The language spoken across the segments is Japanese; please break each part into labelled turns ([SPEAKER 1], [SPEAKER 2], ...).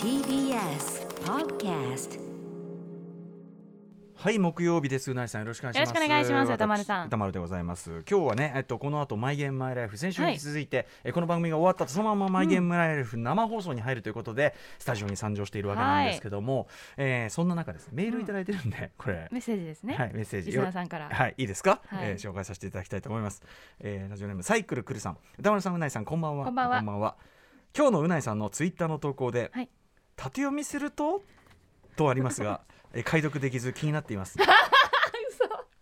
[SPEAKER 1] TBS Podcast
[SPEAKER 2] はい木曜日ですうなりさんよろしくお願いします
[SPEAKER 3] よろしくお願いします
[SPEAKER 2] 私
[SPEAKER 3] 歌丸さん
[SPEAKER 2] 歌丸でございます今日はねえっとこの後マイゲームマイライフ先週
[SPEAKER 3] は
[SPEAKER 2] に
[SPEAKER 3] い
[SPEAKER 2] 続いて、えこの番組が終わったとそのままマイゲームマイライフ生放送に入るということで、スタジオに参上しているわけなんですけども、えーそんな中ですねメールいただいてるんで、これ
[SPEAKER 3] メッセージですね。
[SPEAKER 2] はいメッセージ
[SPEAKER 3] リスナーさんから。
[SPEAKER 2] はい、いいですか、
[SPEAKER 3] はい
[SPEAKER 2] えー紹介させていただきたいと思います。えーラジオネームサイクルくるさん、歌丸さん、うないさん、こんばんは。
[SPEAKER 3] こんばんは
[SPEAKER 2] 今日のうないさんのツイッターの投稿で、
[SPEAKER 3] はい
[SPEAKER 2] 縦読みするととありますが、 えー解読できず気になっています。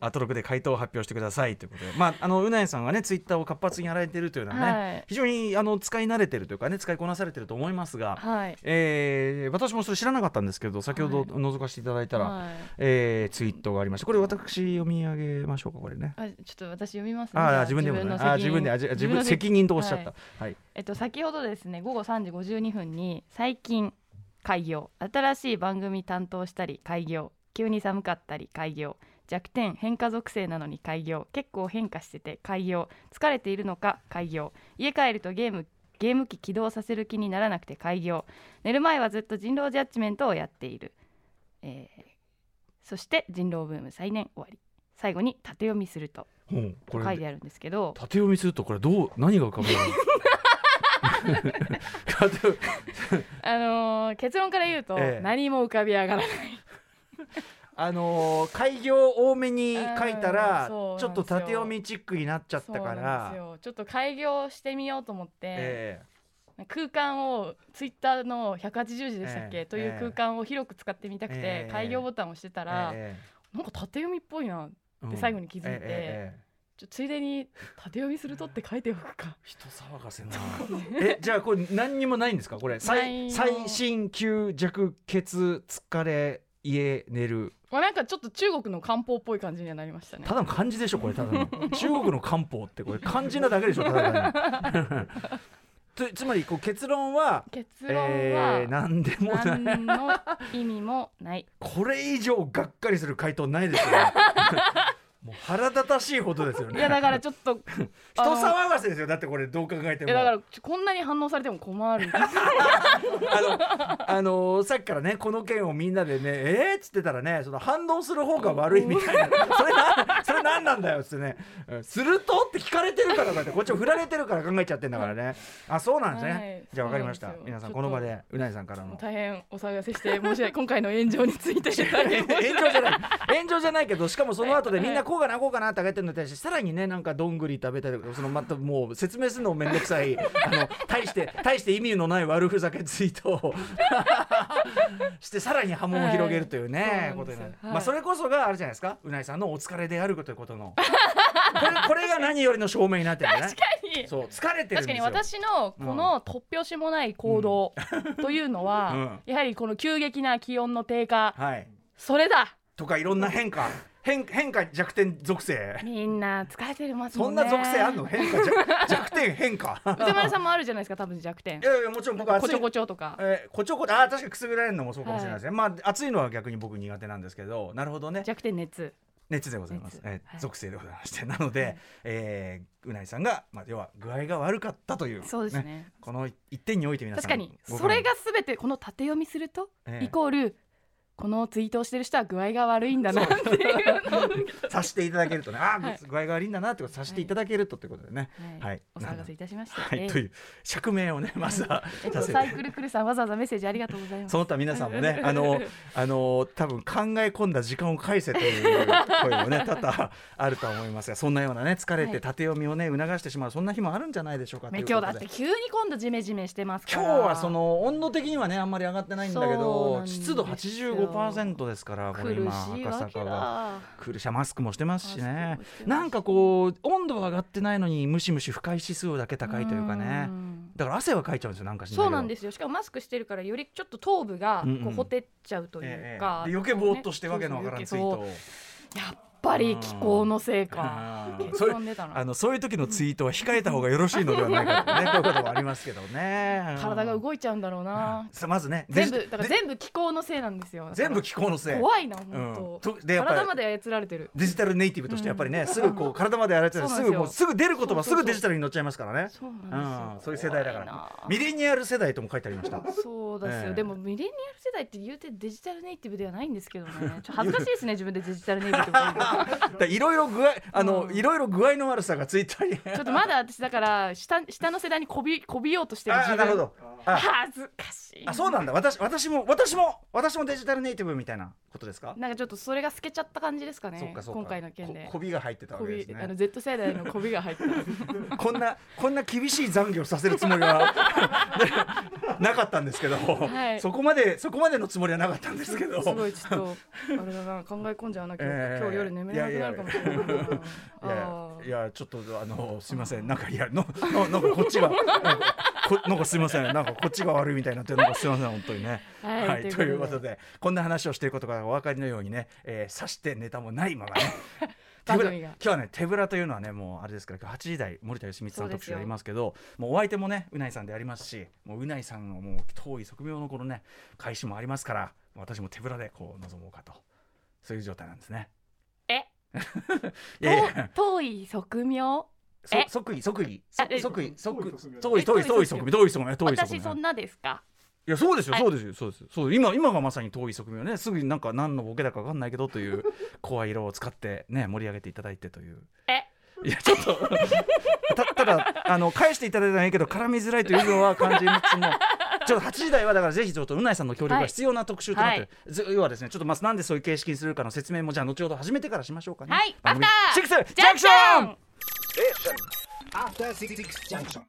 [SPEAKER 2] アトロクで回答を発表してくださいということで、まあ、あのうなえさんはねツイッターを活発にやられているというのはね、
[SPEAKER 3] はい
[SPEAKER 2] 非常にあの使い慣れてるというかね使いこなされてると思いますが、
[SPEAKER 3] はい。
[SPEAKER 2] えー私もそれ知らなかったんですけど先ほど
[SPEAKER 3] はい
[SPEAKER 2] 覗かせていただいたら、
[SPEAKER 3] はい
[SPEAKER 2] えーツイートがありました。これ私読み上げましょうかこれね。
[SPEAKER 3] あ、ちょっと私読みますね。じゃ
[SPEAKER 2] ああ
[SPEAKER 3] あ
[SPEAKER 2] 自分でもね。
[SPEAKER 3] の責
[SPEAKER 2] あ
[SPEAKER 3] 任
[SPEAKER 2] 自分であじ自分
[SPEAKER 3] の
[SPEAKER 2] 責任とおっしゃっ
[SPEAKER 3] は
[SPEAKER 2] た
[SPEAKER 3] い。
[SPEAKER 2] はい。
[SPEAKER 3] えっと先ほどですね、午後3時52分に最近開業、新しい番組担当したり開業、急に寒かったり開業。弱点変化属性なのに開業結構変化してて開業疲れているのか開業家帰るとゲームゲーム機起動させる気にならなくて開業寝る前はずっと人狼ジャッジメントをやっている、えーそして人狼ブーム再燃終わり最後に縦読みすると
[SPEAKER 2] ほうこ
[SPEAKER 3] 書
[SPEAKER 2] れ
[SPEAKER 3] い
[SPEAKER 2] 縦
[SPEAKER 3] てあるんですけど
[SPEAKER 2] 読みするとこれどう何が浮かぶの。縦読み
[SPEAKER 3] あのー結論から言うと、
[SPEAKER 2] ええ
[SPEAKER 3] 何も浮かび上がらない
[SPEAKER 2] あのー開業多めに書いたら
[SPEAKER 3] うん
[SPEAKER 2] ちょっ
[SPEAKER 3] そうなんですよ
[SPEAKER 2] と縦読みチックになっちゃったか
[SPEAKER 3] そうなん
[SPEAKER 2] ら
[SPEAKER 3] です。よちょっと開業してみようと思って、
[SPEAKER 2] え
[SPEAKER 3] 空間をツイッターの180字でしたっけ、
[SPEAKER 2] ええ
[SPEAKER 3] という空間を広く使ってみたくて、
[SPEAKER 2] ええ
[SPEAKER 3] 開業ボタンを押してた
[SPEAKER 2] え
[SPEAKER 3] ら、
[SPEAKER 2] え
[SPEAKER 3] なんか縦読みっぽいな
[SPEAKER 2] え
[SPEAKER 3] で最後に気づいて
[SPEAKER 2] うんええええ
[SPEAKER 3] ちょついでに縦読みするとって書いておくか
[SPEAKER 2] 人騒がせな。えじゃあこれ何にもないんですかこれ。最
[SPEAKER 3] ないよ
[SPEAKER 2] 最新級弱血疲れ家寝る。
[SPEAKER 3] まあなんかちょっと中国の漢方っぽい感じにはなりましたね
[SPEAKER 2] ただの漢字でしょこれただの中国の漢方ってこれ漢字なだけでしょただの つつまりこう結論は
[SPEAKER 3] 結論
[SPEAKER 2] えー、
[SPEAKER 3] は
[SPEAKER 2] 何でもない
[SPEAKER 3] 何の意味も ない
[SPEAKER 2] これ以上がっかりする回答ないですよね もう腹立たしいほどですよね
[SPEAKER 3] いやだからちょっと
[SPEAKER 2] 人
[SPEAKER 3] あの
[SPEAKER 2] 騒がせですよだってこれどう考えて
[SPEAKER 3] い
[SPEAKER 2] も
[SPEAKER 3] やだからちょこんなに反応されても 困る
[SPEAKER 2] あの、あのーさっきからねこの件をみんなでねえー、っつってたらねその反応する方が悪いみたいなそれなそれ何なんだよっつってねうんするとって聞かれてるからだってこっちを振られてるから考えちゃってんだからねあそうなんですね、
[SPEAKER 3] はい
[SPEAKER 2] じゃあ分かりまし
[SPEAKER 3] そう
[SPEAKER 2] た
[SPEAKER 3] なんですよ
[SPEAKER 2] 皆さん
[SPEAKER 3] ちょ
[SPEAKER 2] こ
[SPEAKER 3] っと
[SPEAKER 2] の場でうなぎさんからの
[SPEAKER 3] 大変お騒がせして申し訳ない今回の炎上について大変申し
[SPEAKER 2] 炎上じゃない炎上じゃないけどしかもその後でみんなこうかなこうかなってあげてるのに対してさらにねなんかどんぐり食べたりとかそのまたもう説明するのもめんどくさいあの大して大して意味のない悪ふざけツイートを してさらに波紋を広げるというね、
[SPEAKER 3] はい
[SPEAKER 2] ことになる
[SPEAKER 3] そうなんですよはい
[SPEAKER 2] まあそれこそがあるじゃないですかうないさんのお疲れであるということ のこれこれが何よりの証明になってるね
[SPEAKER 3] 訳ない
[SPEAKER 2] そう疲れてるん
[SPEAKER 3] 確
[SPEAKER 2] で
[SPEAKER 3] か
[SPEAKER 2] すよ
[SPEAKER 3] に私のこの突拍子もない行動 というのは、やはりこの急激な気温の低下
[SPEAKER 2] はい
[SPEAKER 3] それだ
[SPEAKER 2] とかいろんな変化変変化弱点属性
[SPEAKER 3] みんな疲れてるます
[SPEAKER 2] そ
[SPEAKER 3] も
[SPEAKER 2] ん
[SPEAKER 3] んね
[SPEAKER 2] な属性あんの変化弱弱点変化
[SPEAKER 3] 歌丸さんもあるじゃないですか多分弱点
[SPEAKER 2] いやいやもちろん僕暑い
[SPEAKER 3] こちょこちょとか
[SPEAKER 2] えーこちょこちょあー確かにくすぐられるのもそうかもしれないですね、まあ暑いのは逆に僕苦手なんですけどなるほどね
[SPEAKER 3] 弱点熱
[SPEAKER 2] 熱でございます、
[SPEAKER 3] 熱
[SPEAKER 2] えー
[SPEAKER 3] はい
[SPEAKER 2] 属性でございましてなので、
[SPEAKER 3] はい
[SPEAKER 2] えーうなぎさんが、まあ、要は具合が悪かったという
[SPEAKER 3] そうですね
[SPEAKER 2] この一点において皆さ
[SPEAKER 3] 確
[SPEAKER 2] ん
[SPEAKER 3] かに
[SPEAKER 2] ご
[SPEAKER 3] そ
[SPEAKER 2] 感
[SPEAKER 3] れが全てこの縦読みすると、
[SPEAKER 2] ええ
[SPEAKER 3] イコールこのツイートをしてる人は具合が悪いんだなっていうのを受け
[SPEAKER 2] さしていただけるとねあー、
[SPEAKER 3] はい
[SPEAKER 2] 具合が悪いんだなってことさしていただけるとってことでね、
[SPEAKER 3] て、
[SPEAKER 2] はい
[SPEAKER 3] お騒がせいたしました、
[SPEAKER 2] はい、
[SPEAKER 3] ええ
[SPEAKER 2] という釈明をねまずは
[SPEAKER 3] えっと、
[SPEAKER 2] させて
[SPEAKER 3] サイクルクルさんわざわざメッセージありがとうございます
[SPEAKER 2] その他皆さんもね、あの、あの、多分考え込んだ時間を返せという声も ね、多々あると思いますが、そんなようなね、疲れ
[SPEAKER 3] は
[SPEAKER 2] て
[SPEAKER 3] い
[SPEAKER 2] 縦読みをね、促してしまう、そんな日もあるんじゃないでしょうか。という
[SPEAKER 3] ね
[SPEAKER 2] こ
[SPEAKER 3] 今
[SPEAKER 2] と
[SPEAKER 3] 日だっ
[SPEAKER 2] で
[SPEAKER 3] て急に今度ジメジメしてますか
[SPEAKER 2] 今
[SPEAKER 3] ら
[SPEAKER 2] 日はその温度的にはねあんまり上がってないんだけ
[SPEAKER 3] そうな
[SPEAKER 2] ど
[SPEAKER 3] んですよ
[SPEAKER 2] 湿度85%ですからこ
[SPEAKER 3] 苦
[SPEAKER 2] れ
[SPEAKER 3] し
[SPEAKER 2] 今
[SPEAKER 3] い
[SPEAKER 2] 赤
[SPEAKER 3] わけ
[SPEAKER 2] 坂が
[SPEAKER 3] だ
[SPEAKER 2] 苦しいマスクもしてますしね
[SPEAKER 3] マスクもしてます
[SPEAKER 2] なんかこう温度は上がってないのにムシムシ不快指数だけ高いというかね
[SPEAKER 3] うん
[SPEAKER 2] だから汗はかいちゃうんですよなんかし
[SPEAKER 3] そうなんですすよしかもマスクしてるからよりちょっと頭部が
[SPEAKER 2] うんう
[SPEAKER 3] こ
[SPEAKER 2] ん
[SPEAKER 3] うほてっちゃうというか、
[SPEAKER 2] 余計ぼーっとしてわけのわからんツイート
[SPEAKER 3] そう
[SPEAKER 2] を
[SPEAKER 3] やっぱり気候のせいか。
[SPEAKER 2] うん
[SPEAKER 3] 結
[SPEAKER 2] そうい
[SPEAKER 3] 論
[SPEAKER 2] う
[SPEAKER 3] 出た
[SPEAKER 2] あ
[SPEAKER 3] な。
[SPEAKER 2] のそういう時のツイートは控えた方がよろしいのではないかと ねこういうこともありますけどね
[SPEAKER 3] 体が
[SPEAKER 2] い
[SPEAKER 3] 動いちゃうんだろうな。
[SPEAKER 2] さまずね
[SPEAKER 3] 全部
[SPEAKER 2] デジ
[SPEAKER 3] だから
[SPEAKER 2] で
[SPEAKER 3] 全部気候のせいなんですよ。
[SPEAKER 2] 全部気候のせい
[SPEAKER 3] 怖いな本当
[SPEAKER 2] うん。とでやっぱり
[SPEAKER 3] 体まで操られてる。
[SPEAKER 2] デジタルネイティブとしてやっぱりね、すぐこう体までやられてる
[SPEAKER 3] そう
[SPEAKER 2] す
[SPEAKER 3] なんです
[SPEAKER 2] ぐ
[SPEAKER 3] よ
[SPEAKER 2] もうすぐ出る言葉
[SPEAKER 3] そうそう
[SPEAKER 2] す
[SPEAKER 3] そう
[SPEAKER 2] ぐデジタルに乗っちゃいますからね
[SPEAKER 3] そう
[SPEAKER 2] う
[SPEAKER 3] なん
[SPEAKER 2] ん
[SPEAKER 3] ですよ。
[SPEAKER 2] そういう世代だか
[SPEAKER 3] 怖いな
[SPEAKER 2] らミレニアル世代とも書いてありました
[SPEAKER 3] そうですよ、
[SPEAKER 2] ええ
[SPEAKER 3] でもミレニアル世代って言うてデジタルネイティブではないんですけどねちょっと恥ずかしいですね自分でデジタルネイティブって言うの
[SPEAKER 2] だいろいろ具合あの、
[SPEAKER 3] うん
[SPEAKER 2] いろいろ具合の悪さがツイッター に
[SPEAKER 3] ちょっとまだ私だから下下の世代にこびこびようとしてる
[SPEAKER 2] あ
[SPEAKER 3] 自
[SPEAKER 2] ー
[SPEAKER 3] 分
[SPEAKER 2] なるほど あ
[SPEAKER 3] 恥ずかしい
[SPEAKER 2] あそうなんだ私私も私も私もデジタルネイティブみたいなことですか、
[SPEAKER 3] なんかちょっとそれが透けちゃった感じですかね
[SPEAKER 2] そっかそっか
[SPEAKER 3] 今回の件で
[SPEAKER 2] ここびが入ってたわ
[SPEAKER 3] こ
[SPEAKER 2] けで
[SPEAKER 3] び
[SPEAKER 2] す
[SPEAKER 3] あの
[SPEAKER 2] ね
[SPEAKER 3] Z 世代のこびが入っ た
[SPEAKER 2] こんなこんな厳しい残業させるつもりは なかったんですけど、
[SPEAKER 3] はい
[SPEAKER 2] そこまでそこまでのつもりはなかったんですけど
[SPEAKER 3] すごいちょっとあれだな考え込んじゃうな今日,、
[SPEAKER 2] ええ
[SPEAKER 3] 今日夜眠れなくなるかもしれないない
[SPEAKER 2] や
[SPEAKER 3] あー
[SPEAKER 2] いやちょっとあのすみませんなんかいやののなんかこっちがなんかこなんかすみませんなんかこっちが悪いみたいになってなんかすみません本当にね。
[SPEAKER 3] はい
[SPEAKER 2] と
[SPEAKER 3] と
[SPEAKER 2] い
[SPEAKER 3] いうう
[SPEAKER 2] こ
[SPEAKER 3] ことと
[SPEAKER 2] でこんな話をしていることがお分かりのようにね、えー、さしてネタもないまま ね。手
[SPEAKER 3] 番
[SPEAKER 2] ぶら
[SPEAKER 3] 組が
[SPEAKER 2] 今日はね手ぶらというのはねもうあれですから8時台森田芳光さんの特集
[SPEAKER 3] そうですよ
[SPEAKER 2] やりますけどもうお相手もねうないさんでありますしもううないさんのもう遠い側面のこのね開始もありますから私も手ぶらでこう臨もうかとそういう状態なんですね。
[SPEAKER 3] え
[SPEAKER 2] いやいや
[SPEAKER 3] と遠い側面
[SPEAKER 2] そ
[SPEAKER 3] え
[SPEAKER 2] 即位即位
[SPEAKER 3] あえ
[SPEAKER 2] 即位即位
[SPEAKER 3] い
[SPEAKER 2] 遠い遠い遠い側面遠い側面遠い側
[SPEAKER 3] 私
[SPEAKER 2] 面
[SPEAKER 3] そんなですか
[SPEAKER 2] いやそうですよ
[SPEAKER 3] はい
[SPEAKER 2] そうですよそうですよそう今今がまさに遠い側面をねすぐになんか何のボケだかわかんないけどという怖い色を使ってね盛り上げていただいてという
[SPEAKER 3] え
[SPEAKER 2] いやちょっと たただあの返していただいたらいいけど絡みづらいというのは感じつつも。ちょっと8時台はだからぜひちょっとうないさんの協力が必要な特集となって、
[SPEAKER 3] はい
[SPEAKER 2] ず要はですねちょっとまずなんでそういう形式にするかの説明もじゃあ後ほど始めてからしましょうかね
[SPEAKER 3] はい
[SPEAKER 2] 番組
[SPEAKER 3] アフター
[SPEAKER 2] シックスジャンクション
[SPEAKER 4] After Six Six Junction.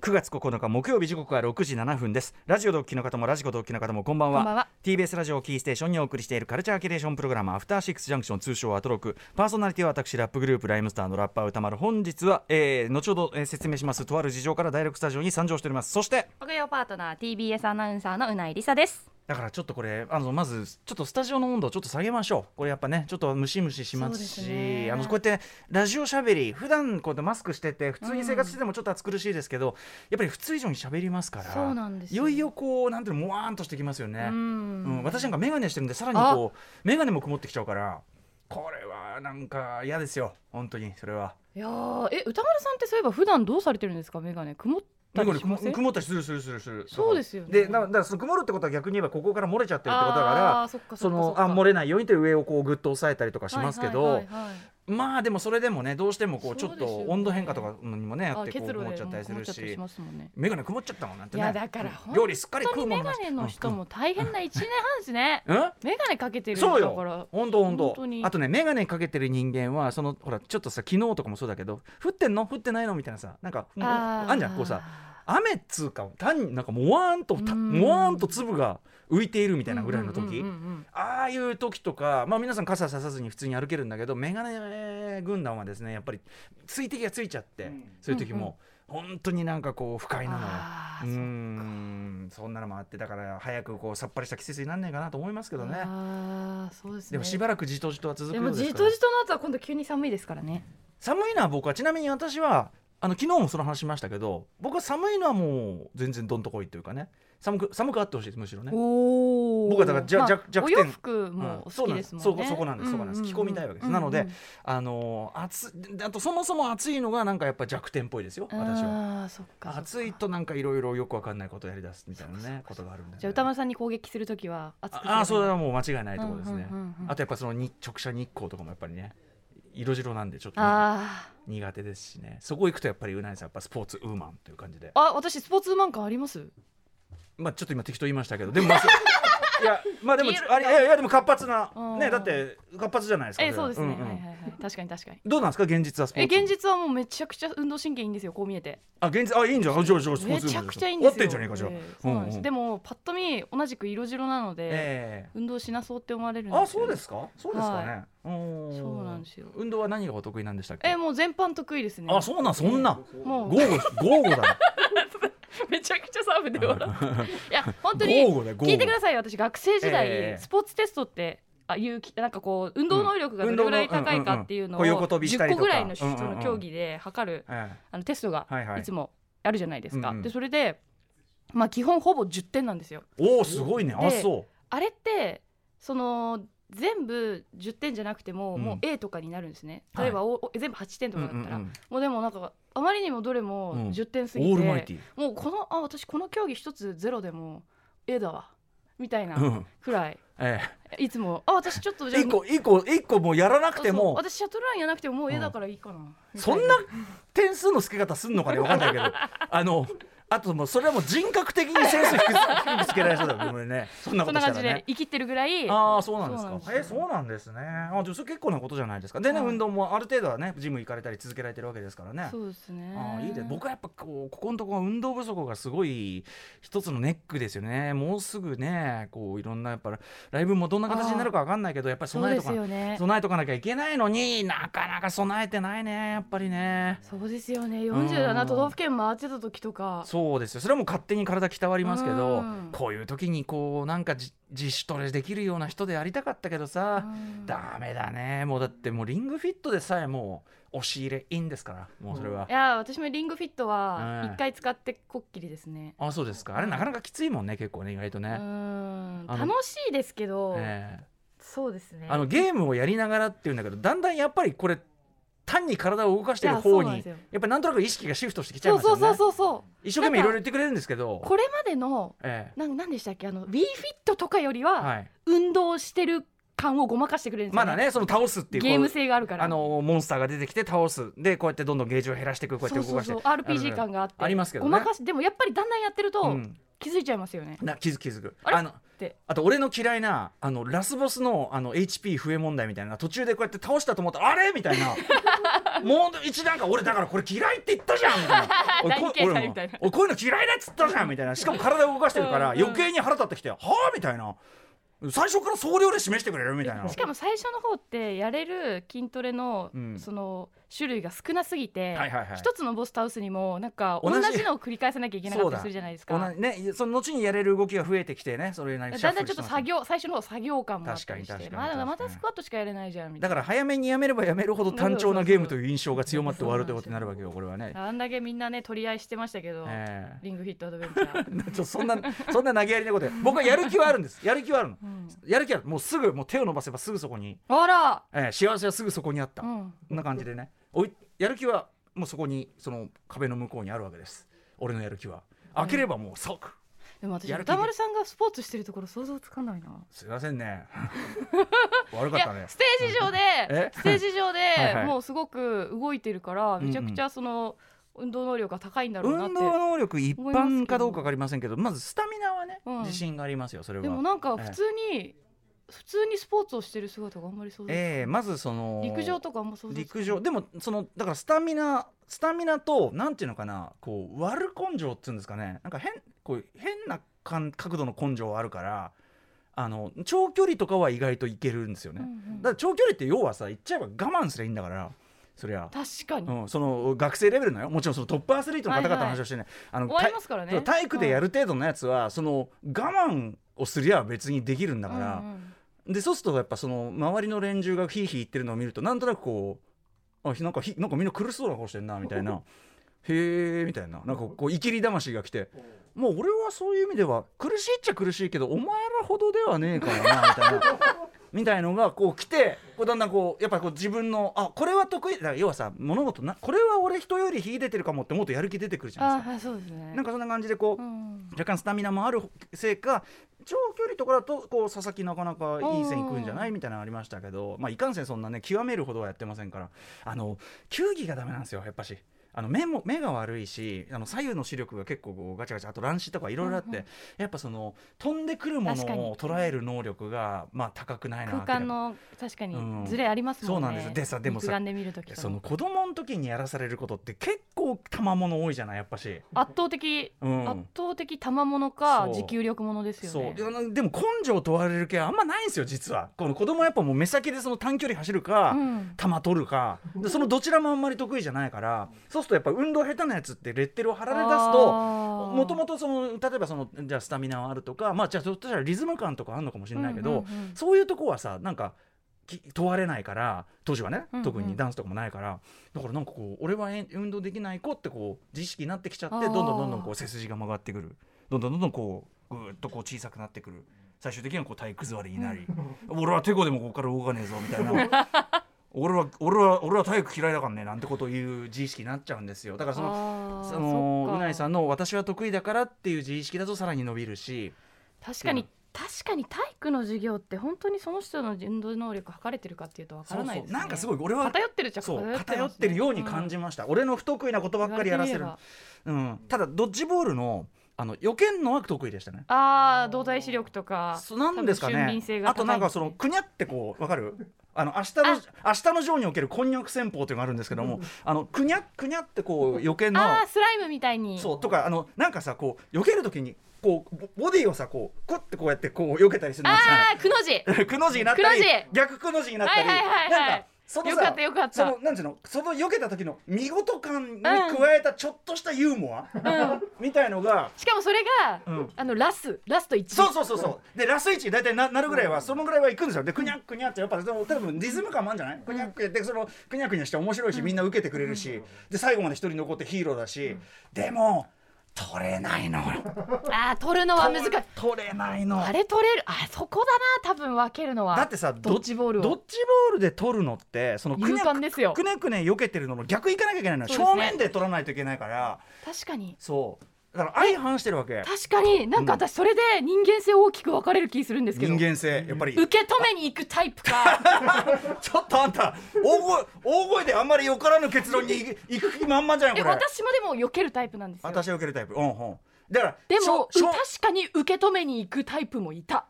[SPEAKER 2] 9月9日木曜日時刻は6時7分ですラジオ同期の方もラジコ同期の方もこんばんは
[SPEAKER 3] こんばんは
[SPEAKER 2] TBS ラジオをキーステーションにお送りしているカルチャーキュレーションプログラムアフターシックスジャンクション通称アトロクパーソナリティは私ラップグループライムスターのラッパー歌丸本日は、えー、後ほど、えー説明しますとある事情からダイレクトスタジオに参上しておりますそして
[SPEAKER 3] 木曜パートナー TBS アナウンサーのうないりさです
[SPEAKER 2] だからちょっとこれあのまずちょっとスタジオの温度をちょっと下げましょうこれやっぱねちょっとムシムシしますし
[SPEAKER 3] そうですね
[SPEAKER 2] あのこうやってラジオしゃべり普段こうやってマスクしてて普通に生活しててもちょっと暑苦しいですけど、やっぱり普通以上にしゃべりますから
[SPEAKER 3] そうなんです
[SPEAKER 2] い
[SPEAKER 3] よ
[SPEAKER 2] よいよこうなんていうのもわーんとしてきますよね、
[SPEAKER 3] う
[SPEAKER 2] うんん私なんか眼鏡してるんでさらにこう眼鏡も曇ってきちゃうからこれはなんか嫌ですよ本当にそれは。
[SPEAKER 3] いやーえ歌丸さんってそういえば普段どうされてるんですかメガネ曇ったりしません
[SPEAKER 2] 曇ったりするするするする
[SPEAKER 3] そうですよね
[SPEAKER 2] でなだからその曇るってことは逆に言えばここから漏れちゃってるってことだから
[SPEAKER 3] あーそっか
[SPEAKER 2] そ
[SPEAKER 3] っかっ
[SPEAKER 2] の
[SPEAKER 3] か
[SPEAKER 2] あ漏れないようにという上をこうグッと押さえたりとかしますけど、
[SPEAKER 3] はいはいはいはい
[SPEAKER 2] まあでもそれでもねどうしてもこうち
[SPEAKER 3] そ
[SPEAKER 2] ょ
[SPEAKER 3] う
[SPEAKER 2] っ
[SPEAKER 3] ですよね
[SPEAKER 2] と温度変化とかにもねあ
[SPEAKER 3] あ
[SPEAKER 2] ってこ
[SPEAKER 3] 結
[SPEAKER 2] う
[SPEAKER 3] 露
[SPEAKER 2] 曇っ
[SPEAKER 3] で
[SPEAKER 2] ちゃったりする
[SPEAKER 3] うん曇っちゃったり
[SPEAKER 2] し
[SPEAKER 3] しますもんね
[SPEAKER 2] 眼鏡曇っちゃったもんなんて
[SPEAKER 3] い
[SPEAKER 2] ね
[SPEAKER 3] やだから本
[SPEAKER 2] 料理すっかり
[SPEAKER 3] 本
[SPEAKER 2] 食
[SPEAKER 3] 当
[SPEAKER 2] うも
[SPEAKER 3] にメ
[SPEAKER 2] のな
[SPEAKER 3] ガ
[SPEAKER 2] し
[SPEAKER 3] ネの人も大変な一年半ですね
[SPEAKER 2] うん
[SPEAKER 3] メガネかけてる人
[SPEAKER 2] そう
[SPEAKER 3] だから
[SPEAKER 2] よ本当本当
[SPEAKER 3] 本当に
[SPEAKER 2] あとね眼鏡かけてる人間はそのほらちょっとさ昨日とかもそうだけど降ってんの降ってないのみたいなさなんかもう
[SPEAKER 3] あー
[SPEAKER 2] あんじゃんこうさ雨っつうか単になんかもわーんとた
[SPEAKER 3] うん
[SPEAKER 2] もわーんと粒が浮いているみたいなぐらいの時、
[SPEAKER 3] うんうんうんうん
[SPEAKER 2] ああいう時とか、まあ、皆さん傘ささずに普通に歩けるんだけど眼鏡軍団はですねやっぱり水滴がついちゃって、そういう時も本当になんかこう不快なのよ。
[SPEAKER 3] あ
[SPEAKER 2] う
[SPEAKER 3] ー
[SPEAKER 2] ーんそんなのもあってだから早くこうさっぱりした季節になんねえかなと思いますけどね
[SPEAKER 3] あーそうですね
[SPEAKER 2] でもしばらくじとじとは続く
[SPEAKER 3] で
[SPEAKER 2] よう
[SPEAKER 3] も
[SPEAKER 2] です
[SPEAKER 3] じ
[SPEAKER 2] から
[SPEAKER 3] とじとの後は今度急に寒いですからね
[SPEAKER 2] 寒いのは僕はちなみに私はあの昨日もその話しましたけど僕は寒いのはもう全然どんとこいというかね寒く寒くあってほしいですむしろね
[SPEAKER 3] お
[SPEAKER 2] 僕はだからじゃ弱弱
[SPEAKER 3] お
[SPEAKER 2] 点
[SPEAKER 3] 洋服もお
[SPEAKER 2] そ
[SPEAKER 3] 好
[SPEAKER 2] う
[SPEAKER 3] き
[SPEAKER 2] なん
[SPEAKER 3] ですもん
[SPEAKER 2] そ
[SPEAKER 3] ね
[SPEAKER 2] こそこなんですそこなんです、
[SPEAKER 3] うう
[SPEAKER 2] 着
[SPEAKER 3] う
[SPEAKER 2] 込みたいわけです、なの
[SPEAKER 3] う
[SPEAKER 2] で
[SPEAKER 3] んうん
[SPEAKER 2] あのー暑であとそもそも暑いのがなんかやっぱ弱点っぽいですよ私は
[SPEAKER 3] ああーそっかそっか
[SPEAKER 2] 暑いとなんかいろいろよくわかんないことやりだすみたいなねことがあるんで
[SPEAKER 3] じゃあ歌丸さんに攻撃するときは熱くする
[SPEAKER 2] ああそうだなもう間違いないところですね、
[SPEAKER 3] うんうんうんうん
[SPEAKER 2] あとやっぱその日直射日光とかもやっぱりね色白なんでちょっとね、
[SPEAKER 3] あ
[SPEAKER 2] 苦手ですしねそこ行くとやっぱりうなぎさんやっぱスポーツウーマンという感じで
[SPEAKER 3] ーあ私スポーツウーマン感あります
[SPEAKER 2] まあちょっと今適当言いましたけどでもまあそういやまあ でも
[SPEAKER 3] 言える
[SPEAKER 2] あれいやいやでも活発な
[SPEAKER 3] うん
[SPEAKER 2] ねだって活発じゃないですか
[SPEAKER 3] えそうですね、
[SPEAKER 2] んん
[SPEAKER 3] はいはいはい確かに確かに
[SPEAKER 2] どうなんですか現実はスポ
[SPEAKER 3] え
[SPEAKER 2] ーツ
[SPEAKER 3] 現実はもうめちゃくちゃ運動神経いいんですよこう見えて
[SPEAKER 2] あ現実あいいんじゃんあじゃあじゃあスポー
[SPEAKER 3] め
[SPEAKER 2] ツウー
[SPEAKER 3] ち
[SPEAKER 2] マ
[SPEAKER 3] ゃ
[SPEAKER 2] ン
[SPEAKER 3] くちゃいいんですよ
[SPEAKER 2] 合ってんじゃねえかじゃあ、
[SPEAKER 3] えーそうなんで
[SPEAKER 2] う
[SPEAKER 3] す、
[SPEAKER 2] んうん
[SPEAKER 3] でもパッと見同じく色白なので、
[SPEAKER 2] ええ
[SPEAKER 3] 運動しなそうって思われるんですよ
[SPEAKER 2] あそうですかそうですかね、おー
[SPEAKER 3] そうなんですよ
[SPEAKER 2] 運動は何がお得意なんでしたっけ
[SPEAKER 3] えもう全般得意ですね
[SPEAKER 2] あそうなんそんな
[SPEAKER 3] もう
[SPEAKER 2] 豪語豪語だな
[SPEAKER 3] めちゃくちゃサ ーブで笑っていや本当に
[SPEAKER 2] 豪語だよ豪語
[SPEAKER 3] 聞いてくださいよ私学生時代、
[SPEAKER 2] ええ
[SPEAKER 3] スポーツテストってあ有機なんかこう運動能力がどれぐらい高いかっていうのを
[SPEAKER 2] うん運動のうんうんうんこう横跳びした
[SPEAKER 3] 10
[SPEAKER 2] り
[SPEAKER 3] 個
[SPEAKER 2] とか
[SPEAKER 3] ぐらいのそ
[SPEAKER 2] うんうんうん
[SPEAKER 3] の競技で測る
[SPEAKER 2] え
[SPEAKER 3] あのテストが
[SPEAKER 2] えはいはい
[SPEAKER 3] いつもあるじゃないですか。
[SPEAKER 2] うんうん
[SPEAKER 3] でそれでまあ基本ほぼ10点なんですよ。
[SPEAKER 2] おおすごいねあ
[SPEAKER 3] で
[SPEAKER 2] そ
[SPEAKER 3] あれってその全部10点じゃなくても、
[SPEAKER 2] うん
[SPEAKER 3] もう A とかになるんですね
[SPEAKER 2] はい
[SPEAKER 3] 例えば、おお全部8点
[SPEAKER 2] う
[SPEAKER 3] と
[SPEAKER 2] う
[SPEAKER 3] か
[SPEAKER 2] ん
[SPEAKER 3] だったら、
[SPEAKER 2] うん
[SPEAKER 3] もうでもなんかあまりにもどれも
[SPEAKER 2] うん
[SPEAKER 3] 10点す
[SPEAKER 2] うん
[SPEAKER 3] ぎ
[SPEAKER 2] オー
[SPEAKER 3] て、
[SPEAKER 2] ルマイティ
[SPEAKER 3] もうこのあ私この競技一つゼロでも A だわみたいな
[SPEAKER 2] うん
[SPEAKER 3] くらい、
[SPEAKER 2] え
[SPEAKER 3] いつもあ私ちょっとじ
[SPEAKER 2] え
[SPEAKER 3] ゃあ
[SPEAKER 2] 一個一個一個もうやらなくて
[SPEAKER 3] そう
[SPEAKER 2] も
[SPEAKER 3] 私シャトルランやなくてももう A だからいいかな、みた
[SPEAKER 2] そ
[SPEAKER 3] い
[SPEAKER 2] んな点数の付け方すんのかねわかんないけ どあのあともうそれはもう人格的にセンス低く低くつけられそうだよねこれねそんなこ
[SPEAKER 3] そ
[SPEAKER 2] と
[SPEAKER 3] んな
[SPEAKER 2] した
[SPEAKER 3] 感
[SPEAKER 2] ら
[SPEAKER 3] じ
[SPEAKER 2] ね
[SPEAKER 3] で。生きてるぐらい
[SPEAKER 2] ああそうなんです
[SPEAKER 3] そう
[SPEAKER 2] か
[SPEAKER 3] なんですよ
[SPEAKER 2] えそうなんですねあでもそれ結構なことじゃないですかでね、
[SPEAKER 3] はい
[SPEAKER 2] 運動もある程度はねジム行かれたり続けられてるわけですからね
[SPEAKER 3] そうですね
[SPEAKER 2] ああいいで僕はやっぱこうここのところ運動不足がすごい一つのネックですよねもうすぐねこういろんなやっぱライブもどんな形になるかわかんないけどやっぱり
[SPEAKER 3] そう
[SPEAKER 2] 備え
[SPEAKER 3] で
[SPEAKER 2] とか
[SPEAKER 3] すよね
[SPEAKER 2] 備えとかなきゃいけないのになかなか備えてないねやっぱりね
[SPEAKER 3] そうですよね47都道府県回ってた時とか
[SPEAKER 2] そうですよそれはもう勝手に体きたわりますけど
[SPEAKER 3] うん
[SPEAKER 2] こういう時にこうなんかじ自主トレできるような人でありたかったけどさ、
[SPEAKER 3] うん、
[SPEAKER 2] ダメだねもうだってもうリングフィットでさえもう押し入れいいんですからもうそれはい
[SPEAKER 3] やー私もリングフィットは
[SPEAKER 2] うん
[SPEAKER 3] 一回使ってこっきりですね。
[SPEAKER 2] あそうですかあれなかなかきついもんね結構ね意外と
[SPEAKER 3] うー
[SPEAKER 2] ね、
[SPEAKER 3] ん
[SPEAKER 2] あの
[SPEAKER 3] 楽しいですけど、
[SPEAKER 2] ええ
[SPEAKER 3] そうですね。
[SPEAKER 2] あのゲームをやりながらっていうんだけどだんだんやっぱりこれ単に体を動かしてる
[SPEAKER 3] いやそ
[SPEAKER 2] 方
[SPEAKER 3] うなん
[SPEAKER 2] に
[SPEAKER 3] ですよ
[SPEAKER 2] やっぱりなんとなく意識がシフトしてきちゃい
[SPEAKER 3] そう
[SPEAKER 2] ますよ
[SPEAKER 3] そう
[SPEAKER 2] ね
[SPEAKER 3] そうそうそう
[SPEAKER 2] 一生懸命いろいろ言ってくれるんですけど
[SPEAKER 3] これまでの
[SPEAKER 2] え
[SPEAKER 3] なんなんでしたっけあの w ィーフィットとかより
[SPEAKER 2] え
[SPEAKER 3] は、
[SPEAKER 2] はい、
[SPEAKER 3] 運動してる感をごまかしてくれるんですよ、
[SPEAKER 2] ま
[SPEAKER 3] ね。
[SPEAKER 2] だねその倒すっていうこう
[SPEAKER 3] ゲーム性があるから。
[SPEAKER 2] あのモンスターが出てきて倒すでこうやってどんどんゲージを減らしていくこうやって動かして
[SPEAKER 3] そうそうそう RPG 感があって
[SPEAKER 2] ありますけどね
[SPEAKER 3] ごまかしでもやっぱりだんだんやってると、
[SPEAKER 2] うん
[SPEAKER 3] 気づいちゃいますよね。
[SPEAKER 2] な気づく気づく
[SPEAKER 3] あれ
[SPEAKER 2] の
[SPEAKER 3] って
[SPEAKER 2] あと俺の嫌いなあのラスボスのあの HP 増え問題みたいな途中でこうやって倒したと思ったらあれみたい なもう一段階俺だからこれ嫌いって言ったじゃんみた いな俺こ
[SPEAKER 3] 大嫌いだ
[SPEAKER 2] 俺も
[SPEAKER 3] みたいな
[SPEAKER 2] 俺こういうの嫌いだっつったじゃんみたいなしかも体を動かしてるから
[SPEAKER 3] うんうん
[SPEAKER 2] 余計に腹立ってきてはあみたいな最初から総量で示してくれるみたいな
[SPEAKER 3] しかも最初の方ってやれる筋トレの、
[SPEAKER 2] うん
[SPEAKER 3] その種類が少なすぎて、
[SPEAKER 2] はいはいはい
[SPEAKER 3] 一つのボス倒すにもなんか
[SPEAKER 2] 同
[SPEAKER 3] 同
[SPEAKER 2] じ
[SPEAKER 3] じのを繰り返さなきゃいけなかったりするじゃないですか。
[SPEAKER 2] 同じねその後にやれる動きが増えてきてねそれなりにシャ
[SPEAKER 3] だ
[SPEAKER 2] ッフ
[SPEAKER 3] んだ
[SPEAKER 2] ル
[SPEAKER 3] んちょっ
[SPEAKER 2] してま
[SPEAKER 3] と
[SPEAKER 2] す
[SPEAKER 3] 作業最初の方作業感もあった
[SPEAKER 2] 確
[SPEAKER 3] りし
[SPEAKER 2] かに
[SPEAKER 3] て
[SPEAKER 2] 確かに
[SPEAKER 3] まだま
[SPEAKER 2] 確かに
[SPEAKER 3] たスクワットしかやれないじゃんみた
[SPEAKER 2] だか
[SPEAKER 3] いな
[SPEAKER 2] ら早めにやめればやめるほど単調なゲームという印象が強まって終わるということになるわけよこれはね。
[SPEAKER 3] あんだけみんなね取り合いしてましたけど、
[SPEAKER 2] ええ
[SPEAKER 3] リングフィットアドベンチャ
[SPEAKER 2] ちょ
[SPEAKER 3] ー
[SPEAKER 2] っとそんなそんな投げやりなことで僕はやる気はあるんですやる気はあるの
[SPEAKER 3] うん
[SPEAKER 2] やる気あるもうすぐもう手を伸ばせばすぐそこに、
[SPEAKER 3] あら、
[SPEAKER 2] えー幸せはすぐそこにあった、
[SPEAKER 3] う
[SPEAKER 2] こ
[SPEAKER 3] ん、
[SPEAKER 2] んな感じでねおいやる気はもうそこにその壁の向こうにあるわけです俺のやる気は開ければもう即、
[SPEAKER 3] でも私
[SPEAKER 2] やる気で
[SPEAKER 3] 歌丸さんがスポーツしてるところ想像つかないな。
[SPEAKER 2] すいません ね悪か
[SPEAKER 3] い
[SPEAKER 2] ったね
[SPEAKER 3] やステージ上で
[SPEAKER 2] え
[SPEAKER 3] ステージ上 で
[SPEAKER 2] はいはい
[SPEAKER 3] もうすごく動いてるからめちゃくちゃその運動能力が高いんだろうなって
[SPEAKER 2] 運動能力一
[SPEAKER 3] 思いますけ
[SPEAKER 2] 般
[SPEAKER 3] ど
[SPEAKER 2] かどうかわかりませんけどまずスタミナはね、
[SPEAKER 3] うん
[SPEAKER 2] 自信がありますよそれは
[SPEAKER 3] でもなんか普通に普通にスポーツをしてる姿があんまり想像つかない
[SPEAKER 2] ええまずその
[SPEAKER 3] 陸上とかあんま想像つかない
[SPEAKER 2] 陸上でもそのだからスタミナスタミナとなんていうのかなこう悪根性っていうんですかねなんか変こう変な感角度の根性はあるからあの長距離とかは意外といけるんですよね、
[SPEAKER 3] うんうん
[SPEAKER 2] だから長距離って要はさ言っちゃえば我慢すりゃいいんだからそりゃ、
[SPEAKER 3] 確かに
[SPEAKER 2] うん、その学生レベルのよもちろんそのトップアスリートの方々の話をしてね、あの
[SPEAKER 3] 終わりますからね
[SPEAKER 2] そう体育でやる程度のやつは、その我慢をすりゃ別にできるんだから、
[SPEAKER 3] うんうん
[SPEAKER 2] でそうするとやっぱその周りの連中がヒーヒー言ってるのを見るとなんとなくこうあひなんかひなんかみんな苦しそうな顔してんなみたいな へえみたいななんかこういきり魂が来てもう俺はそういう意味では苦しいっちゃ苦しいけどお前らほどではねえからなみたい な。みたいのがこう来てこうだんだんこうやっぱりこう自分のあこれは得意だから要はさ物事なこれは俺人より秀でてるかもって思うとやる気出てくるじゃない
[SPEAKER 3] あ
[SPEAKER 2] ですか。
[SPEAKER 3] あそうですね
[SPEAKER 2] なんかそんな感じでこう、
[SPEAKER 3] うん
[SPEAKER 2] 若干スタミナもあるせいか長距離とかだとこう佐々木なかなかいい線いくんじゃないみたいなのありましたけど、まあ、いかんせんそんなね極めるほどはやってませんからあの球技がダメなんですよやっぱし。あの目も目が悪いしあの左右の視力が結構こうガチャガチャあと乱視とかいろいろあって、
[SPEAKER 3] うんうん
[SPEAKER 2] やっぱその飛んでくるも
[SPEAKER 3] 確か
[SPEAKER 2] の
[SPEAKER 3] に
[SPEAKER 2] を捉える能力がまあ高くないな
[SPEAKER 3] 空間の確か
[SPEAKER 2] うん
[SPEAKER 3] にズレありますもんね
[SPEAKER 2] そうなんですでさでもさ
[SPEAKER 3] 肉眼で見るとき
[SPEAKER 2] 明らかにその子供の時にやらされることって結構賜物多いじゃないやっぱし。
[SPEAKER 3] 圧倒的
[SPEAKER 2] うん
[SPEAKER 3] 圧倒的賜物か
[SPEAKER 2] そう
[SPEAKER 3] 持久力ものですよ
[SPEAKER 2] そう
[SPEAKER 3] ね
[SPEAKER 2] であのでも根性を問われる系はあんまないんですよ実はこの子供はやっぱもう目先でその短距離走るか、
[SPEAKER 3] うん
[SPEAKER 2] 球取るかでそのどちらもあんまり得意じゃないからそうすそうするとやっぱ運動下手なやつってレッテルを貼られ出すと
[SPEAKER 3] と
[SPEAKER 2] もともとその例えばそのじゃあスタミナはあるとかまあじゃあちょっとしたらリズム感とかあるのかもしれないけど、そういうとこはさなんかき問われないから当時はね、
[SPEAKER 3] うんうん
[SPEAKER 2] 特にダンスとかもないからだからなんかこう俺はえん運動できない子ってこう自意識になってきちゃって
[SPEAKER 3] あー
[SPEAKER 2] どんどんどんどんこう背筋が曲がってくるどんどんどんどんこうぐーっとこう小さくなってくる最終的にはこう体育座りになり、俺はテコでもここから動かねえぞみたいな。俺は俺は俺は体育嫌いだからねなんてことを言う自意識になっちゃうんですよだからその
[SPEAKER 3] の
[SPEAKER 2] そのうないさ
[SPEAKER 3] ん
[SPEAKER 2] んの私は得意だからっていう自意識だとさらに伸びるし
[SPEAKER 3] 確かに、
[SPEAKER 2] うん
[SPEAKER 3] 確かに体育の授業って本当にその人の運動能力測れてるかっていうとわからないです、ね、
[SPEAKER 2] なんかすごい俺は
[SPEAKER 3] 偏ってるっちゃ
[SPEAKER 2] そう
[SPEAKER 3] ますね
[SPEAKER 2] 偏ってるように感じました、俺の不得意なことばっかりやらせる
[SPEAKER 3] 言われてみれば
[SPEAKER 2] うん、ただドッジボールのあの避けんのは得意でしたね
[SPEAKER 3] ああ動体視力とか
[SPEAKER 2] そうなんですか
[SPEAKER 3] 多分俊
[SPEAKER 2] ね
[SPEAKER 3] 敏性が
[SPEAKER 2] あ
[SPEAKER 3] 高い
[SPEAKER 2] となんかそのくにゃってこうわかるあの明日の明日のジョーにおけるこんにゃく戦法というのがあるんですけども、あのくにゃくにゃってこう避けんの
[SPEAKER 3] ああスライムみたいに
[SPEAKER 2] そうとかあのなんかさこう避けるときにこうボボディをさこうこってこうやってこう避けたりするのさ
[SPEAKER 3] ああくの字
[SPEAKER 2] くの字になったり
[SPEAKER 3] くの字
[SPEAKER 2] 逆くの字になったり、
[SPEAKER 3] はいはいはいはい
[SPEAKER 2] なんかその
[SPEAKER 3] よ
[SPEAKER 2] さ
[SPEAKER 3] かったよかった
[SPEAKER 2] そのなんていうのその避けた時の見事感に加えたちょっとしたユーモア、みたいのが。
[SPEAKER 3] しかもそれが、
[SPEAKER 2] うん
[SPEAKER 3] あのラスラスト1
[SPEAKER 2] そうそうそうそうでラス1大体ななるぐらいはそのぐらいはいくんですよでくにゃっくにゃってやっぱその多分リズム感もあるんじゃないくにゃっくにゃってそのくにゃくにゃして面白いしみんな受けてくれるしで最後まで一人残ってヒーローだしでも取れないの
[SPEAKER 3] ああ取るのは難しい
[SPEAKER 2] 取れないの
[SPEAKER 3] あれ取れるあそこだな多分分けるのは
[SPEAKER 2] だってさ
[SPEAKER 3] ドッジボールを
[SPEAKER 2] ドッジボールで取るのってそのく
[SPEAKER 3] 勇
[SPEAKER 2] ね
[SPEAKER 3] 敢ですよ
[SPEAKER 2] くねくね避けてるのの逆行かなきゃいけないのよ、
[SPEAKER 3] そうです
[SPEAKER 2] 正
[SPEAKER 3] ね
[SPEAKER 2] 面で取らないといけないから
[SPEAKER 3] 確かに
[SPEAKER 2] そうだから相反してるわけ
[SPEAKER 3] 確かになんか私それで人間性大きく分かれる気するんですけど
[SPEAKER 2] 人間性やっぱり
[SPEAKER 3] 受け止めに行くタイプか
[SPEAKER 2] ちょっとあんた大声大声であんまりよからぬ結論にい行く気満々じゃない
[SPEAKER 3] え
[SPEAKER 2] これ
[SPEAKER 3] 私もでも避けるタイプなんですよ
[SPEAKER 2] 私は受けるタイプうんうんだから
[SPEAKER 3] で
[SPEAKER 2] し
[SPEAKER 3] も
[SPEAKER 2] ょし
[SPEAKER 3] 確
[SPEAKER 2] ょ
[SPEAKER 3] かに受け止めに行くタイプもいた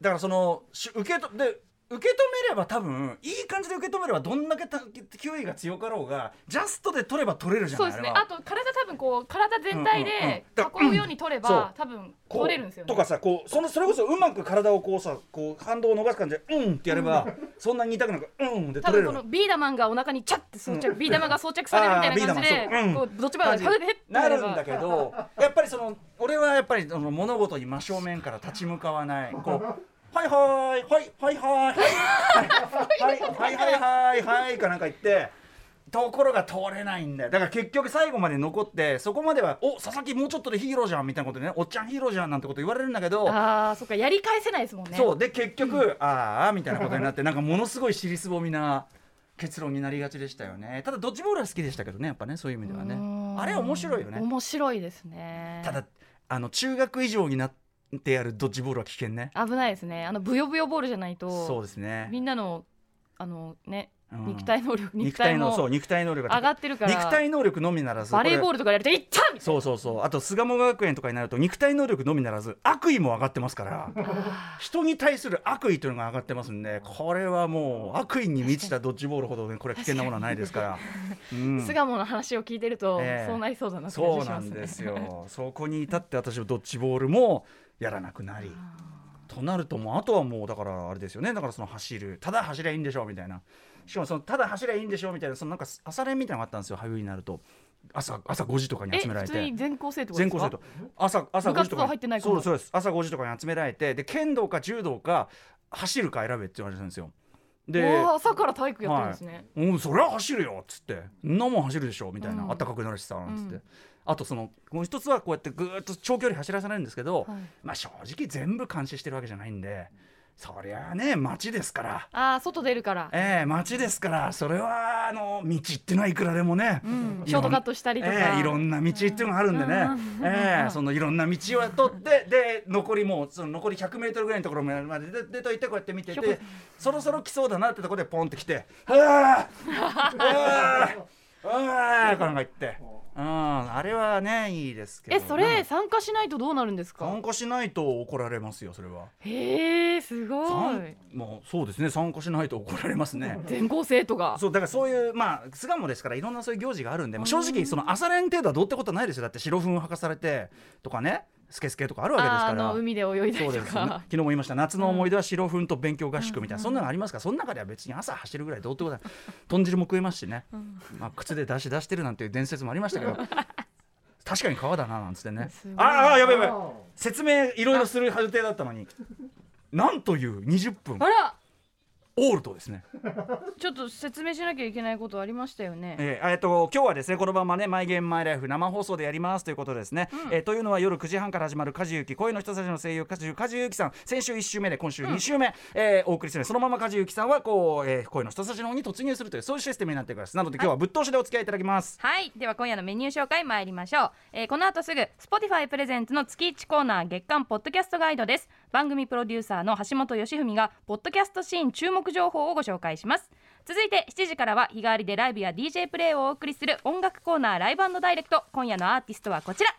[SPEAKER 2] だからそのし受けとで受け止めれば多分いい感じで受け止めればどんだけた球威が強かろうがジャストで取れば取れるじゃ
[SPEAKER 3] そ
[SPEAKER 2] ない
[SPEAKER 3] うですね
[SPEAKER 2] あれは
[SPEAKER 3] あと体多分こう体全体
[SPEAKER 2] うんうんうん
[SPEAKER 3] で
[SPEAKER 2] だ
[SPEAKER 3] 囲うように取れ
[SPEAKER 2] うんそう
[SPEAKER 3] ば多分
[SPEAKER 2] こう
[SPEAKER 3] 取れるんですよね
[SPEAKER 2] とかさこうそのそれこそうまく体をこうさこう反動を逃す感じでうんってやれば、そんなに痛くなくうんで
[SPEAKER 3] 多
[SPEAKER 2] 取れ
[SPEAKER 3] 分
[SPEAKER 2] る
[SPEAKER 3] このビーダマンがお腹にチャッて装着、ビーダマンが装着されるみたいな感じ
[SPEAKER 2] あービー
[SPEAKER 3] で
[SPEAKER 2] ダマン、そう
[SPEAKER 3] こうどっちもが体でヘッて
[SPEAKER 2] な
[SPEAKER 3] れ
[SPEAKER 2] る
[SPEAKER 3] ば
[SPEAKER 2] んだけどやっぱりその俺はやっぱりその物事に真正面から立ち向かわないこうはいはーいはいはいはいはいはいはいはいはいはいかなんか言ってところが通れないんだよだから結局最後まで残ってそこまでは「お佐々木もうちょっとでヒーローじゃん」みたいなことでね「おっちゃんヒーローじゃん」なんてこと言われるんだけど
[SPEAKER 3] ああそっかやり返せないですもんね
[SPEAKER 2] そうで結局、ああみたいなことになってなんかものすごい尻すぼみな結論になりがちでしたよねただドッジボールは好きでしたけどねやっぱねそういう意味では
[SPEAKER 3] うー
[SPEAKER 2] ね
[SPEAKER 3] ん
[SPEAKER 2] あれ面白いよね
[SPEAKER 3] 面白いですね
[SPEAKER 2] ただあの中学以上になってやるドッジボールは危険ね
[SPEAKER 3] 危ないですねあのブヨブヨボールじゃないと
[SPEAKER 2] そうですね
[SPEAKER 3] みんなのあのね
[SPEAKER 2] うん
[SPEAKER 3] 肉体能力、
[SPEAKER 2] 肉
[SPEAKER 3] 肉
[SPEAKER 2] 体
[SPEAKER 3] 体
[SPEAKER 2] のそう
[SPEAKER 3] も
[SPEAKER 2] 肉体能力が
[SPEAKER 3] 上がってるから
[SPEAKER 2] 肉体能力のみならず
[SPEAKER 3] バレーボー
[SPEAKER 2] ル
[SPEAKER 3] ルとかやると「いった!」みたい
[SPEAKER 2] そうそうそうあと巣鴨学園とかになると肉体能力のみならず悪意も上がってます から人に対する悪意というのが上がってますんでこれはもう悪意に満ちたドッジボールほどねこれは危険なものはないですから、うん
[SPEAKER 3] な巣鴨の話を聞いてると、
[SPEAKER 2] ええ
[SPEAKER 3] そうなりそうだなって感
[SPEAKER 2] そ
[SPEAKER 3] じ
[SPEAKER 2] う
[SPEAKER 3] し
[SPEAKER 2] な
[SPEAKER 3] ま
[SPEAKER 2] ん
[SPEAKER 3] すね
[SPEAKER 2] ですよそこに至って私はドッジボールもやらなくなりとなるともうあとはもうだからあれですよねだからその走るただ走りゃいいんでしょうみたいなしかもそのただ走りゃいいんでしょうみたいなそのなんか朝練みたいなのがあったんですよ冬になると朝朝5時とかに
[SPEAKER 3] え
[SPEAKER 2] 集めら
[SPEAKER 3] 普
[SPEAKER 2] れ
[SPEAKER 3] 通に
[SPEAKER 2] て。
[SPEAKER 3] 全校生ってことで
[SPEAKER 2] 全
[SPEAKER 3] すか
[SPEAKER 2] 校生徒朝朝
[SPEAKER 3] 部
[SPEAKER 2] 5時
[SPEAKER 3] 活
[SPEAKER 2] と
[SPEAKER 3] 動
[SPEAKER 2] かに
[SPEAKER 3] 入ってない子
[SPEAKER 2] そうですそうです朝5時とかに集められてで剣道か柔道か走るか選べって言われたんですよで
[SPEAKER 3] おー朝から体育やってるんですね、
[SPEAKER 2] うん、そりゃ走るよっつって「んなもん走るでしょ」みたいな、
[SPEAKER 3] うん
[SPEAKER 2] あったかくなるしさなんつって、
[SPEAKER 3] うん
[SPEAKER 2] あとそのもう一つはこうやってぐーっと長距離走らされるんですけど、
[SPEAKER 3] はい
[SPEAKER 2] まあ正直全部監視してるわけじゃないんでそりゃあね街ですから。
[SPEAKER 3] ああ外出るから、
[SPEAKER 2] ええ街ですからそれはあの道ってのはいくらでもね、
[SPEAKER 3] うん、ショートカットしたりとか、
[SPEAKER 2] ええいろんな道っていうのがあるんでね、ええそのいろんな道を取ってで残りもうその残り 100m ぐらいのところまで出出といてこうやって見て
[SPEAKER 3] ひょこ
[SPEAKER 2] てそろそろ来そうだなってところでポンって来て「はあああああ」なんか言って、うん、あれはねいいですけど
[SPEAKER 3] え
[SPEAKER 2] ね
[SPEAKER 3] それ参加しないとどうなるんですか
[SPEAKER 2] 参加しないと怒られますよそれは。
[SPEAKER 3] へえすごい
[SPEAKER 2] 参もうそうですね参加しないと怒られますね。
[SPEAKER 3] 全校生徒が
[SPEAKER 2] そうだからそういうまあ巣鴨ですからいろんなそういう行事があるんで、まあ正直その朝練程度はどうってことはないですよだって白粉を履かされてとかね
[SPEAKER 5] スケスケとかあるわけです
[SPEAKER 3] あー
[SPEAKER 5] か
[SPEAKER 3] あ
[SPEAKER 5] ら
[SPEAKER 3] の海で泳いだ
[SPEAKER 2] そうで
[SPEAKER 3] りと
[SPEAKER 2] すよね
[SPEAKER 3] か
[SPEAKER 2] 昨日も言いました夏の思い出は白粉と勉強合宿みたいな、そんなのありますからその中では別に朝走るぐらいどうってことない豚汁も食えますしね、まあ、靴で出し出してるなんていう伝説もありました けど確かに川だななんつってね
[SPEAKER 3] すごい
[SPEAKER 2] ああやべやべ説明いろいろする予定だったのになんという20分
[SPEAKER 3] あら
[SPEAKER 2] オールドですね
[SPEAKER 3] ちょっと説明しなきゃいけないことありましたよね
[SPEAKER 2] えーえーと今日はですねこの番はね「マイゲームマイライフ」生放送でやりますということですね、えーというのは夜9時半から始まる梶裕貴声の人たちの声優梶梶裕貴さん先週1週目で今週2週目、えーお送りするのでそのまま梶裕貴さんはこう、えー声の人たちの方に突入するというそういうシステムになっておりますなので今日はぶっ通しでお付き合いいただきます、
[SPEAKER 3] はいでは今夜のメニュー紹介参りましょう、えーこの後すぐ Spotify プレゼンツの月1コーナー月間ポッドキャストガイドです番組プロデューサーの橋本義文がポッドキャストシーン注目情報をご紹介します続いて7時からは日替わりでライブや DJ プレイをお送りする音楽コーナーライブダイレクト今夜のアーティストはこちら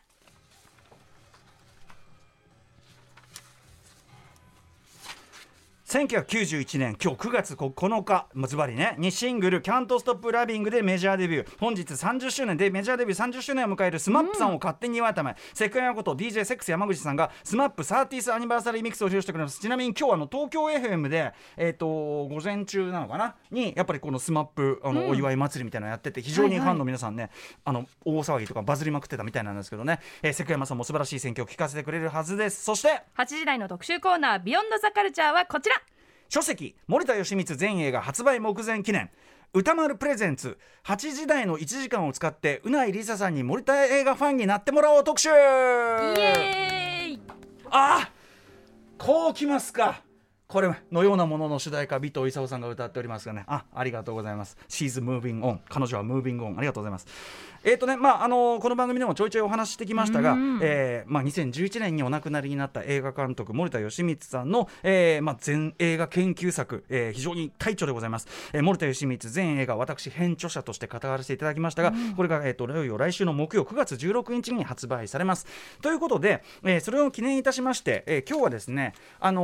[SPEAKER 2] 1991年今日9月9日まあズバリねにシングル「Can't Stop Loving」でメジャーデビュー本日30周年でメジャーデビュー30周年を迎える SMAP さんを勝手に祝うため、セクヤこと DJ セックス山口さんが SMAP30th アニバーサリーミックスを披露してくれますちなみに今日あの東京 FM で、えっと午前中なのかなにやっぱりこの SMAP あの、お祝い祭りみたいなのやってて非常にファンの皆さんね、あの大騒ぎとかバズりまくってたみたいなんですけどね、えー、セクヤマさんも素晴らしい選曲を聞かせてくれるはずですそして
[SPEAKER 3] 8時台の特集コーナー「ビヨンドザカルチャーはこちら
[SPEAKER 2] 書籍森田義満全映画発売目前記念歌丸プレゼンツ8時台の1時間を使ってうないりささんに森田映画ファンになってもらおう特集
[SPEAKER 3] イエーイ
[SPEAKER 2] あーこうきますかこれのようなものの主題歌尾藤勲さんが歌っておりますがねあありがとうございます「She's Moving On」彼女は Moving On ありがとうございますえっ、とねまああのこの番組でもちょいちょいお話ししてきましたが、えーまあ、2011年にお亡くなりになった映画監督森田義満さんの、えーまあ、全映画研究作、えー非常に大著でございます、えー森田義満全映画私編著者として語らせていただきましたが、これが、えー、といよいよ来週の木曜9月16日に発売されますということで、えーそれを記念いたしまして、えー今日はですねあの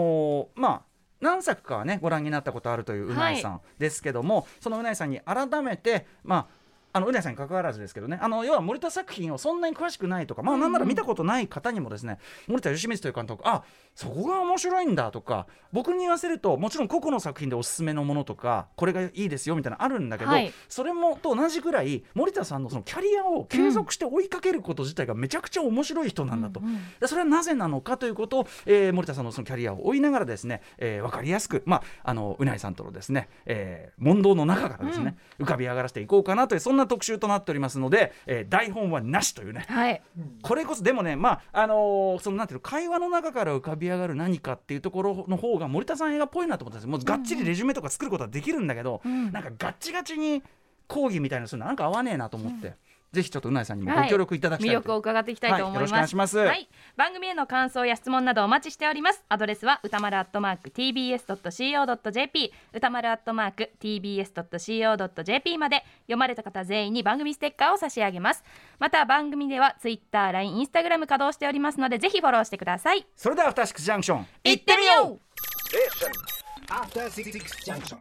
[SPEAKER 2] ーまあ何作かはねご覧になったことあるといううないさんですけども、そのうないさんに改めてまああのうないさんに関わらずですけどねあの要は森田作品をそんなに詳しくないとかまあなんなら見たことない方にもですね、森田義満という監督あそこが面白いんだとか僕に言わせるともちろん個々の作品でおすすめのものとかこれがいいですよみたいなのあるんだけど、
[SPEAKER 3] はい
[SPEAKER 2] それもと同じぐらい森田さんのそのキャリアを継続して追いかけること自体がめちゃくちゃ面白い人なんだと、でそれはなぜなのかということを、えー森田さんのそのキャリアを追いながらですね、えー、分かりやすく、まあ、あのうないさんとのですね、えー問答の中からですね、浮かび上がらせていこうかなというそんな特集となっておりますので、えー台本はなしというね
[SPEAKER 3] はい
[SPEAKER 2] これこそでもねまああのーそのなんていうの会話の中から浮かび上がる何かっていうところの方が森田さん映画っぽいなと思ったんですよもうがっちりレジュメとか作ることはできるんだけど、なんかガッチガチに講義みたいなのするのなんか合わねえなと思って、ぜひちょっとうないさんにもご協力いただきたい
[SPEAKER 3] は
[SPEAKER 2] と
[SPEAKER 3] 魅力を伺っていきたいと思
[SPEAKER 2] はい
[SPEAKER 3] います、
[SPEAKER 2] よろしくお願いします
[SPEAKER 3] はい番組への感想や質問などお待ちしておりますアドレスは歌丸アットマーク tbs.co.jp 歌丸アットマーク tbs.co.jp まで読まれた方全員に番組ステッカーを差し上げますまた番組ではツイッター、ライン、インスタグラム稼働しておりますのでぜひフォローしてください
[SPEAKER 2] それでは「アフターシックスジャンクション」
[SPEAKER 3] いってみよう
[SPEAKER 6] After Six Junction.